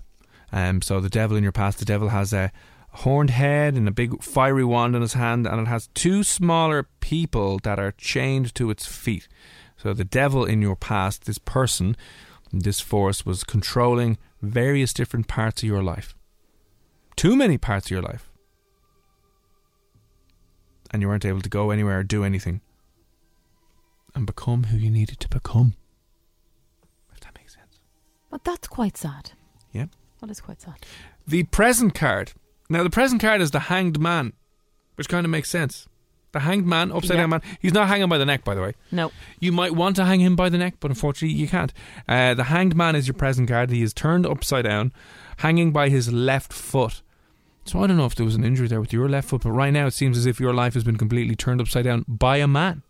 S5: Um, so the devil in your past, the devil has a horned head and a big fiery wand in his hand, and it has two smaller people that are chained to its feet. So the devil in your past, this person, this force, was controlling various different parts of your life. Too many parts of your life. And you weren't able to go anywhere or do anything and become who you needed to become. If that makes sense.
S4: But that's quite sad.
S5: Yeah.
S4: That is quite sad.
S5: The present card. Now, the present card is the hanged man, which kind of makes sense. The hanged man, upside
S4: Yeah.
S5: down man. He's not hanging by the neck, by the way.
S4: No.
S5: You might want to hang him by the neck, but unfortunately, you can't. Uh, the hanged man is your present card. He is turned upside down, hanging by his left foot. So I don't know if there was an injury there with your left foot, but right now it seems as if your life has been completely turned upside down by a man,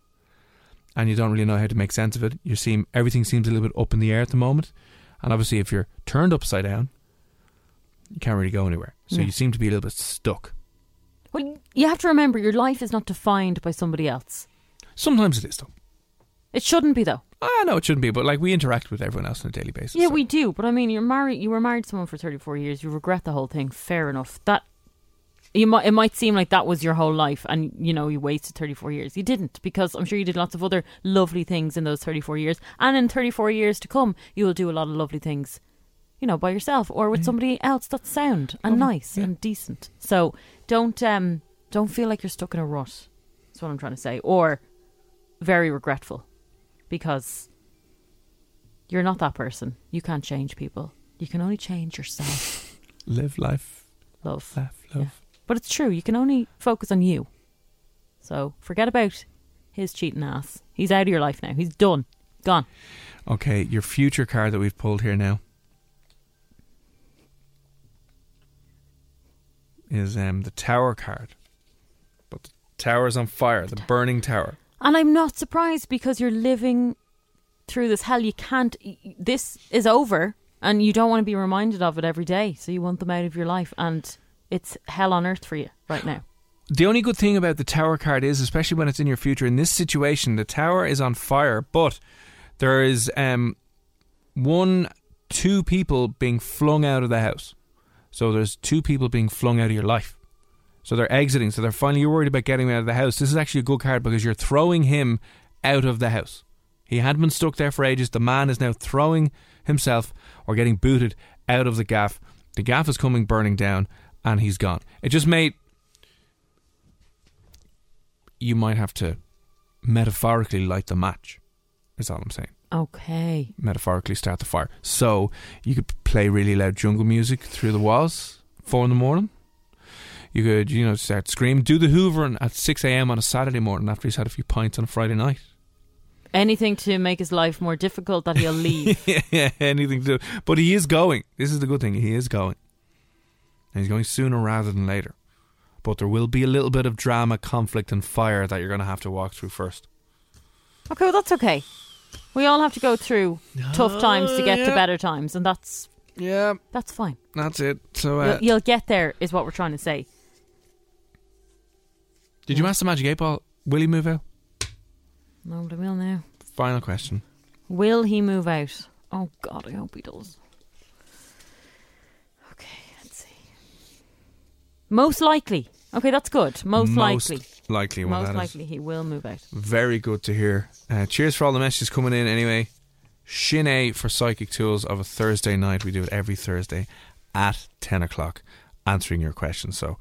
S5: and you don't really know how to make sense of it. You seem everything seems a little bit up in the air at the moment, and obviously, if you're turned upside down, you can't really go anywhere. So
S4: Yeah.
S5: you seem to be a little bit stuck.
S4: Well, you have to remember your life is not defined by somebody else.
S5: Sometimes it is though.
S4: It shouldn't be, though.
S5: I know it shouldn't be, but like we interact with everyone else on a daily basis.
S4: Yeah,
S5: so-
S4: we do. But I mean, you're married. You were married to someone for thirty four years. You regret the whole thing. Fair enough. That you might. It might seem like that was your whole life, and you know you wasted thirty four years. You didn't, because I'm sure you did lots of other lovely things in those thirty four years, and in thirty four years to come, you will do a lot of lovely things. You know, by yourself or with somebody else that's sound and nice and decent. So don't um don't feel like you're stuck in a rut. That's what I'm trying to say, or very regretful, because you're not that person. You can't change people. You can only change *laughs* yourself.
S5: live life,
S4: Love.
S5: laugh,
S4: Yeah.
S5: love.
S4: But it's true. You can only focus on you. So forget about his cheating ass. He's out of your life now. He's done. Gone.
S5: Okay, your future card that we've pulled here now is um, the tower card. But the tower's on fire, the burning tower.
S4: And I'm not surprised because you're living through this hell. You can't. y- y- This is over, and you don't want to be reminded of it every day. So you want them out of your life, and it's hell on earth for you right now.
S5: The only good thing about the tower card is, especially when it's in your future, in this situation, the tower is on fire, but there is um, one, two people being flung out of the house. So there's two people being flung out of your life. So they're exiting. So they're finally, you're worried about getting him out of the house. This is actually a good card because you're throwing him out of the house. He had been stuck there for ages. The man is now throwing himself or getting booted out of the gaff. The gaff is coming burning down and he's gone. It just made you might have to metaphorically light the match. Is all I'm saying.
S4: *sighs* Okay.
S5: Metaphorically start the fire. So you could play really loud jungle music through the walls four in the morning. You could, you know, start screaming, do the hoovering at six a.m. on a Saturday morning after he's had a few pints on a Friday night. *laughs*
S4: Anything to make his life more difficult that he'll leave.
S5: yeah, anything to do. But he is going. This is the good thing. He is going. And he's going sooner rather than later. But there will be a little bit of drama, conflict, and fire that you're going to have to walk through first.
S4: okay, well that's okay. We all have to go through tough times to get to
S5: yeah.
S4: better times, and that's
S5: Yeah,
S4: that's fine.
S5: that's it. So, uh,
S4: You'll, you'll get there, is what we're trying to say.
S5: Did
S4: Mm.
S5: you ask the Magic 8 Ball, will he move out?
S4: No, but I will now.
S5: Final question.
S4: Will he move out? Oh God, I hope he does. Okay, let's see. Most likely. Okay, that's good. Most, likely.
S5: Most likely one,
S4: Most
S5: that is.
S4: likely he will move out.
S5: Very good to hear. Uh, cheers for all the messages coming in anyway. Shin A for Psychic Tools of a Thursday night. We do it every Thursday at 10 o'clock, answering your questions. So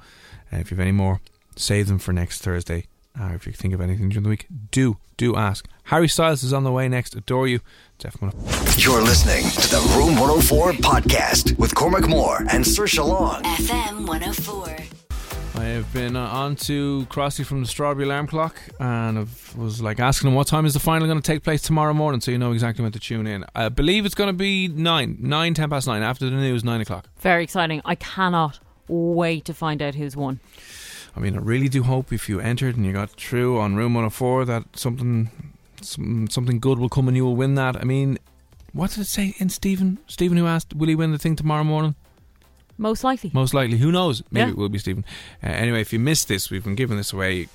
S5: uh, if you have any more, save them for next Thursday. Or if you think of anything during the week, do, do ask. Harry Styles is on the way next. Adore you. Definitely.
S2: You're listening to the Room 104 podcast with Cormac Moore and Sir Long.
S3: FM 104.
S5: I have been uh, on to Crossy from the Strawberry Alarm Clock and I was like asking him what time is the final going to take place tomorrow morning so you know exactly when to tune in. I believe it's going to be 9, 9, 10 past 9 after the news, 9 o'clock.
S4: Very exciting. I cannot wait to find out who's won.
S5: I mean, I really do hope if you entered and you got through on room 104 that something some, something good will come and you will win that. I mean, what did it say in Stephen? Stephen who asked, will he win the thing tomorrow morning?
S4: Most likely.
S5: Most likely. Who knows? Maybe
S4: Yeah.
S5: it will be Stephen. Uh, anyway, if you missed this, we've been giving this away.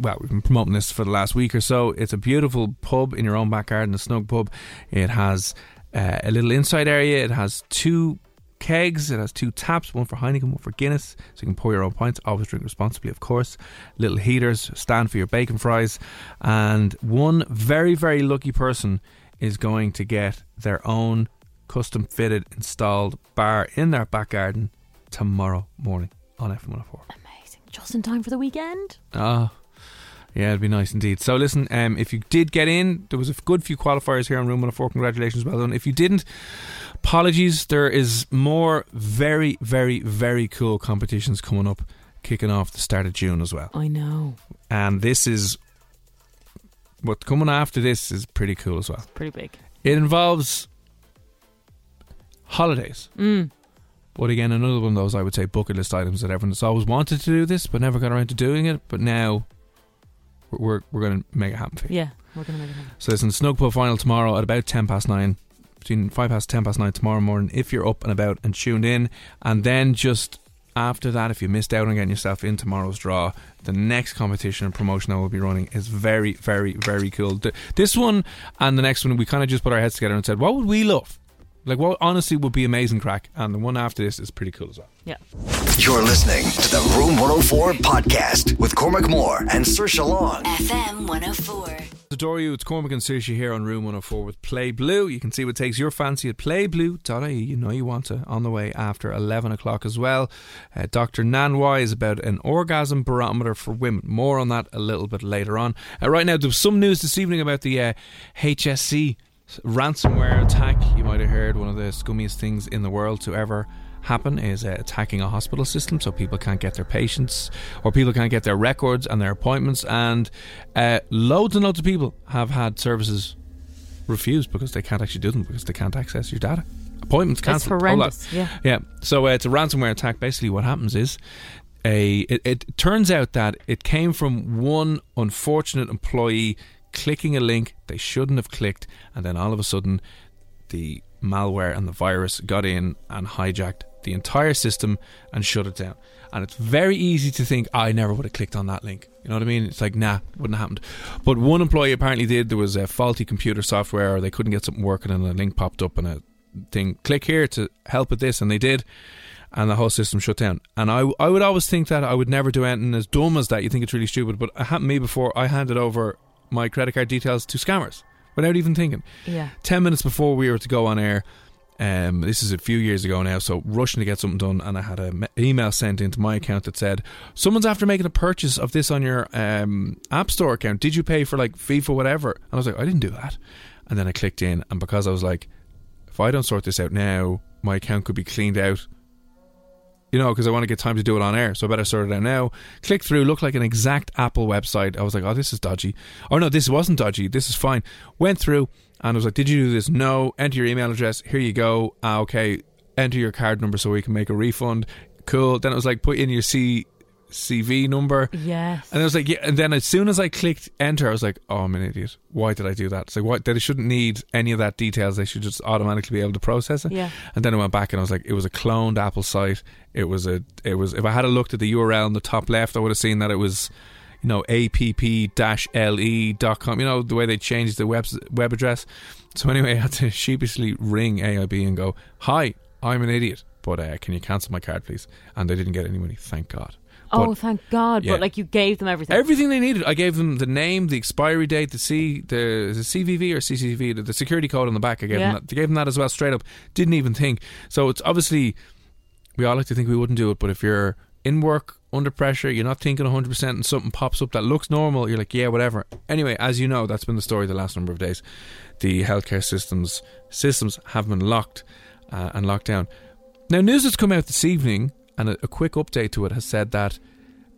S5: Well, we've been promoting this for the last week or so. It's a beautiful pub in your own back garden, a snug pub. It has uh, a little inside area. It has two kegs. It has two taps, one for Heineken, one for Guinness. So you can pour your own pints. Always drink responsibly, of course. Little heaters, stand for your bacon fries. And one very, very lucky person is going to get their own custom fitted, installed bar in their back garden tomorrow morning on F104.
S4: Amazing. Just in time for the weekend.
S5: Ah, yeah, it'd be nice indeed. So listen, um, if you did get in, there was a good few qualifiers here on Room 104. Congratulations, well done. If you didn't, apologies. There is more very, very, very cool competitions coming up, kicking off the start of June as well.
S4: I know.
S5: And this is what's coming after this is pretty cool as well.
S4: Pretty big.
S5: It involves holidays.
S4: Mm.
S5: But again, another one of those I would say bucket list items that everyone has always wanted to do this, but never got around to doing it. But now we're we're going to make it happen. For you.
S4: Yeah, we're gonna make it happen.
S5: So listen, Snug Pub final tomorrow at about ten past nine, between five past ten past nine tomorrow morning. If you're up and about and tuned in, and then just after that, if you missed out on getting yourself in tomorrow's draw, the next competition and promotion I will be running is very, very, very cool. Th- This one and the next one, we kind of just put our heads together and said, what would we love? Like, what honestly would be amazing crack? And the one after this is pretty cool as well.
S4: Yeah.
S2: You're listening to the Room 104 podcast with Cormac Moore and Sir Long.
S3: FM 104.
S5: Adore you. It's Cormac and Saoirse here on Room 104 with Play Blue. You can see what takes your fancy at playblue.ie. E. You know you want to. On the way after 11 o'clock as well. Uh, Dr. Nanwai is about an orgasm barometer for women. More on that a little bit later on. Uh, right now, there's some news this evening about the uh, HSC ransomware attack. You might have heard one of the scummiest things in the world to ever happen is uh, attacking a hospital system so people can't get their patients or people can't get their records and their appointments. And uh, loads and loads of people have had services refused because they can't actually do them because they can't access your data. Appointments
S4: It's
S5: cancelled. whole lot.
S4: horrendous, yeah.
S5: Yeah. So uh, it's a ransomware attack. Basically, what happens is a it, it turns out that it came from one unfortunate employee clicking a link they shouldn't have clicked, and then all of a sudden, the malware and the virus got in and hijacked the entire system and shut it down. And it's very easy to think I never would have clicked on that link. You know what I mean? It's like nah, wouldn't have happened. But one employee apparently did. There was a faulty computer software, or they couldn't get something working, and a link popped up and a thing. Click here to help with this, and they did and the whole system shut down. And I, I would always think that I would never do anything as dumb as that. You think it's really stupid, but it happened to me before. I handed over my credit card details to scammers without even thinking.
S4: Yeah.
S5: Ten minutes before we were to go on air, um, this is a few years ago now, so rushing to get something done, and I had an email sent into my account that said, "Someone's after making a purchase of this on your um, App Store account. Did you pay for like FIFA whatever?" And I was like, "I didn't do that." And then I clicked in, and because I was like, "If I don't sort this out now, my account could be cleaned out." you know, because I want to get time to do it on air, so I better sort it out now. Click through, looked like an exact Apple website. I was like, oh, this is dodgy. Or no, this wasn't dodgy. This is fine. Went through and I was like, did you do this? No. Enter your email address. Here you go. Ah, okay. Enter your card number so we can make a refund. Cool. Then it was like, put in your C- CV number.
S4: Yes.
S5: And I was like, yeah. And then as soon as I clicked enter, I was like, oh, I'm an idiot. Why did I do that? It's like, what? They shouldn't need any of that details. They should just automatically be able to process it.
S4: Yeah.
S5: And then I went back and I was like, it was a cloned Apple site. It was a, it was, if I had a looked at the URL in the top left, I would have seen that it was, you know, app-le.com, E you know, the way they changed the web, web address. So anyway, I had to sheepishly ring AIB and go, hi, I'm an idiot, but uh, can you cancel my card, please? And they didn't get any money. Thank God.
S4: oh,
S5: But-
S4: thank God.
S5: yeah.
S4: But like you gave them everything.
S5: Everything they needed. I gave them the name, the expiry date, the C, the, the CVV or CCV, the, the security code on the back. I gave
S4: Yeah.
S5: them that. They gave them that as well, straight up. Didn't even think. So it's obviously we all like to think we wouldn't do it, but if you're in work under pressure, you're not thinking 100, percent and something pops up that looks normal, you're like, yeah, whatever. Anyway, as you know, that's been the story the last number of days. The healthcare systems systems have been locked uh, and locked down. Now, news has come out this evening, and a, a quick update to it has said that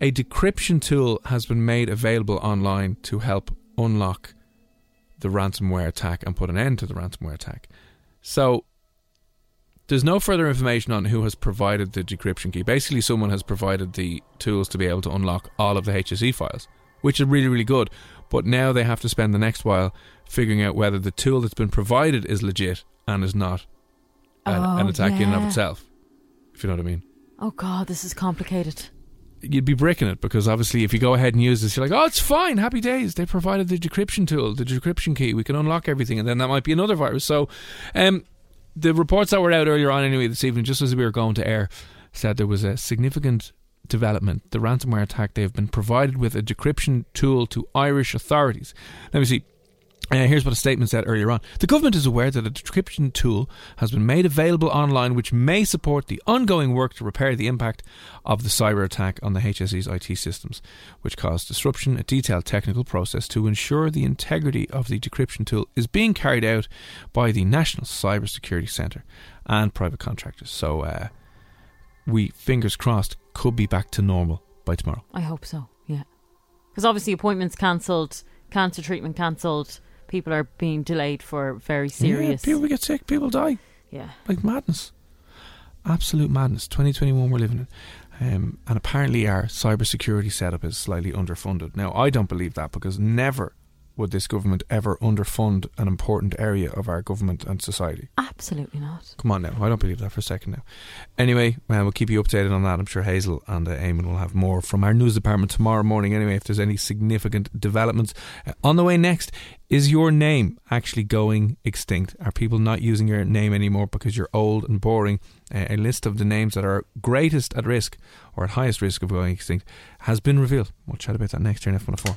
S5: a decryption tool has been made available online to help unlock the ransomware attack and put an end to the ransomware attack. So there's no further information on who has provided the decryption key. Basically, someone has provided the tools to be able to unlock all of the HSE files, which are really, really good. But now they have to spend the next while figuring out whether the tool that's been provided is legit and is not an, an
S4: Oh,
S5: attack in and of
S4: yeah.
S5: itself. If you know what I mean
S4: oh God, this is complicated.
S5: you'd be breaking it because obviously if you go ahead and use this you're like oh it's fine happy days they provided the decryption tool the decryption key we can unlock everything and then that might be another virus so um, the reports that were out earlier on anyway this evening just as we were going to air said there was a significant development the ransomware attack they have been provided with a decryption tool to irish authorities let me see uh, here's what a statement said earlier on. The government is aware that a decryption tool has been made available online which may support the ongoing work to repair the impact of the cyber attack on the HSE's IT systems, which caused disruption. A detailed technical process to ensure the integrity of the decryption tool is being carried out by the National Cybersecurity Centre and private contractors. So uh, we, fingers crossed, could be back to normal by tomorrow.
S4: I hope so. Yeah. Because obviously appointments cancelled, cancer treatment cancelled. People are being delayed for very serious.
S5: Yeah, people get sick, people die.
S4: yeah.
S5: like madness, absolute madness. Twenty twenty one, we're living in, um, and apparently our cybersecurity setup is slightly underfunded. Now, I don't believe that because never would this government ever underfund an important area of our government and society.
S4: Absolutely not.
S5: Come on now, I don't believe that for a second now. Anyway, uh, we'll keep you updated on that. I'm sure Hazel and uh, Eamon will have more from our news department tomorrow morning. Anyway, if there's any significant developments Uh, on the way next, is your name actually going extinct? Are people not using your name anymore because you're old and boring? Uh, a list of the names that are greatest at risk or at highest risk of going oh extinct has been revealed. We'll chat about that next year in F104.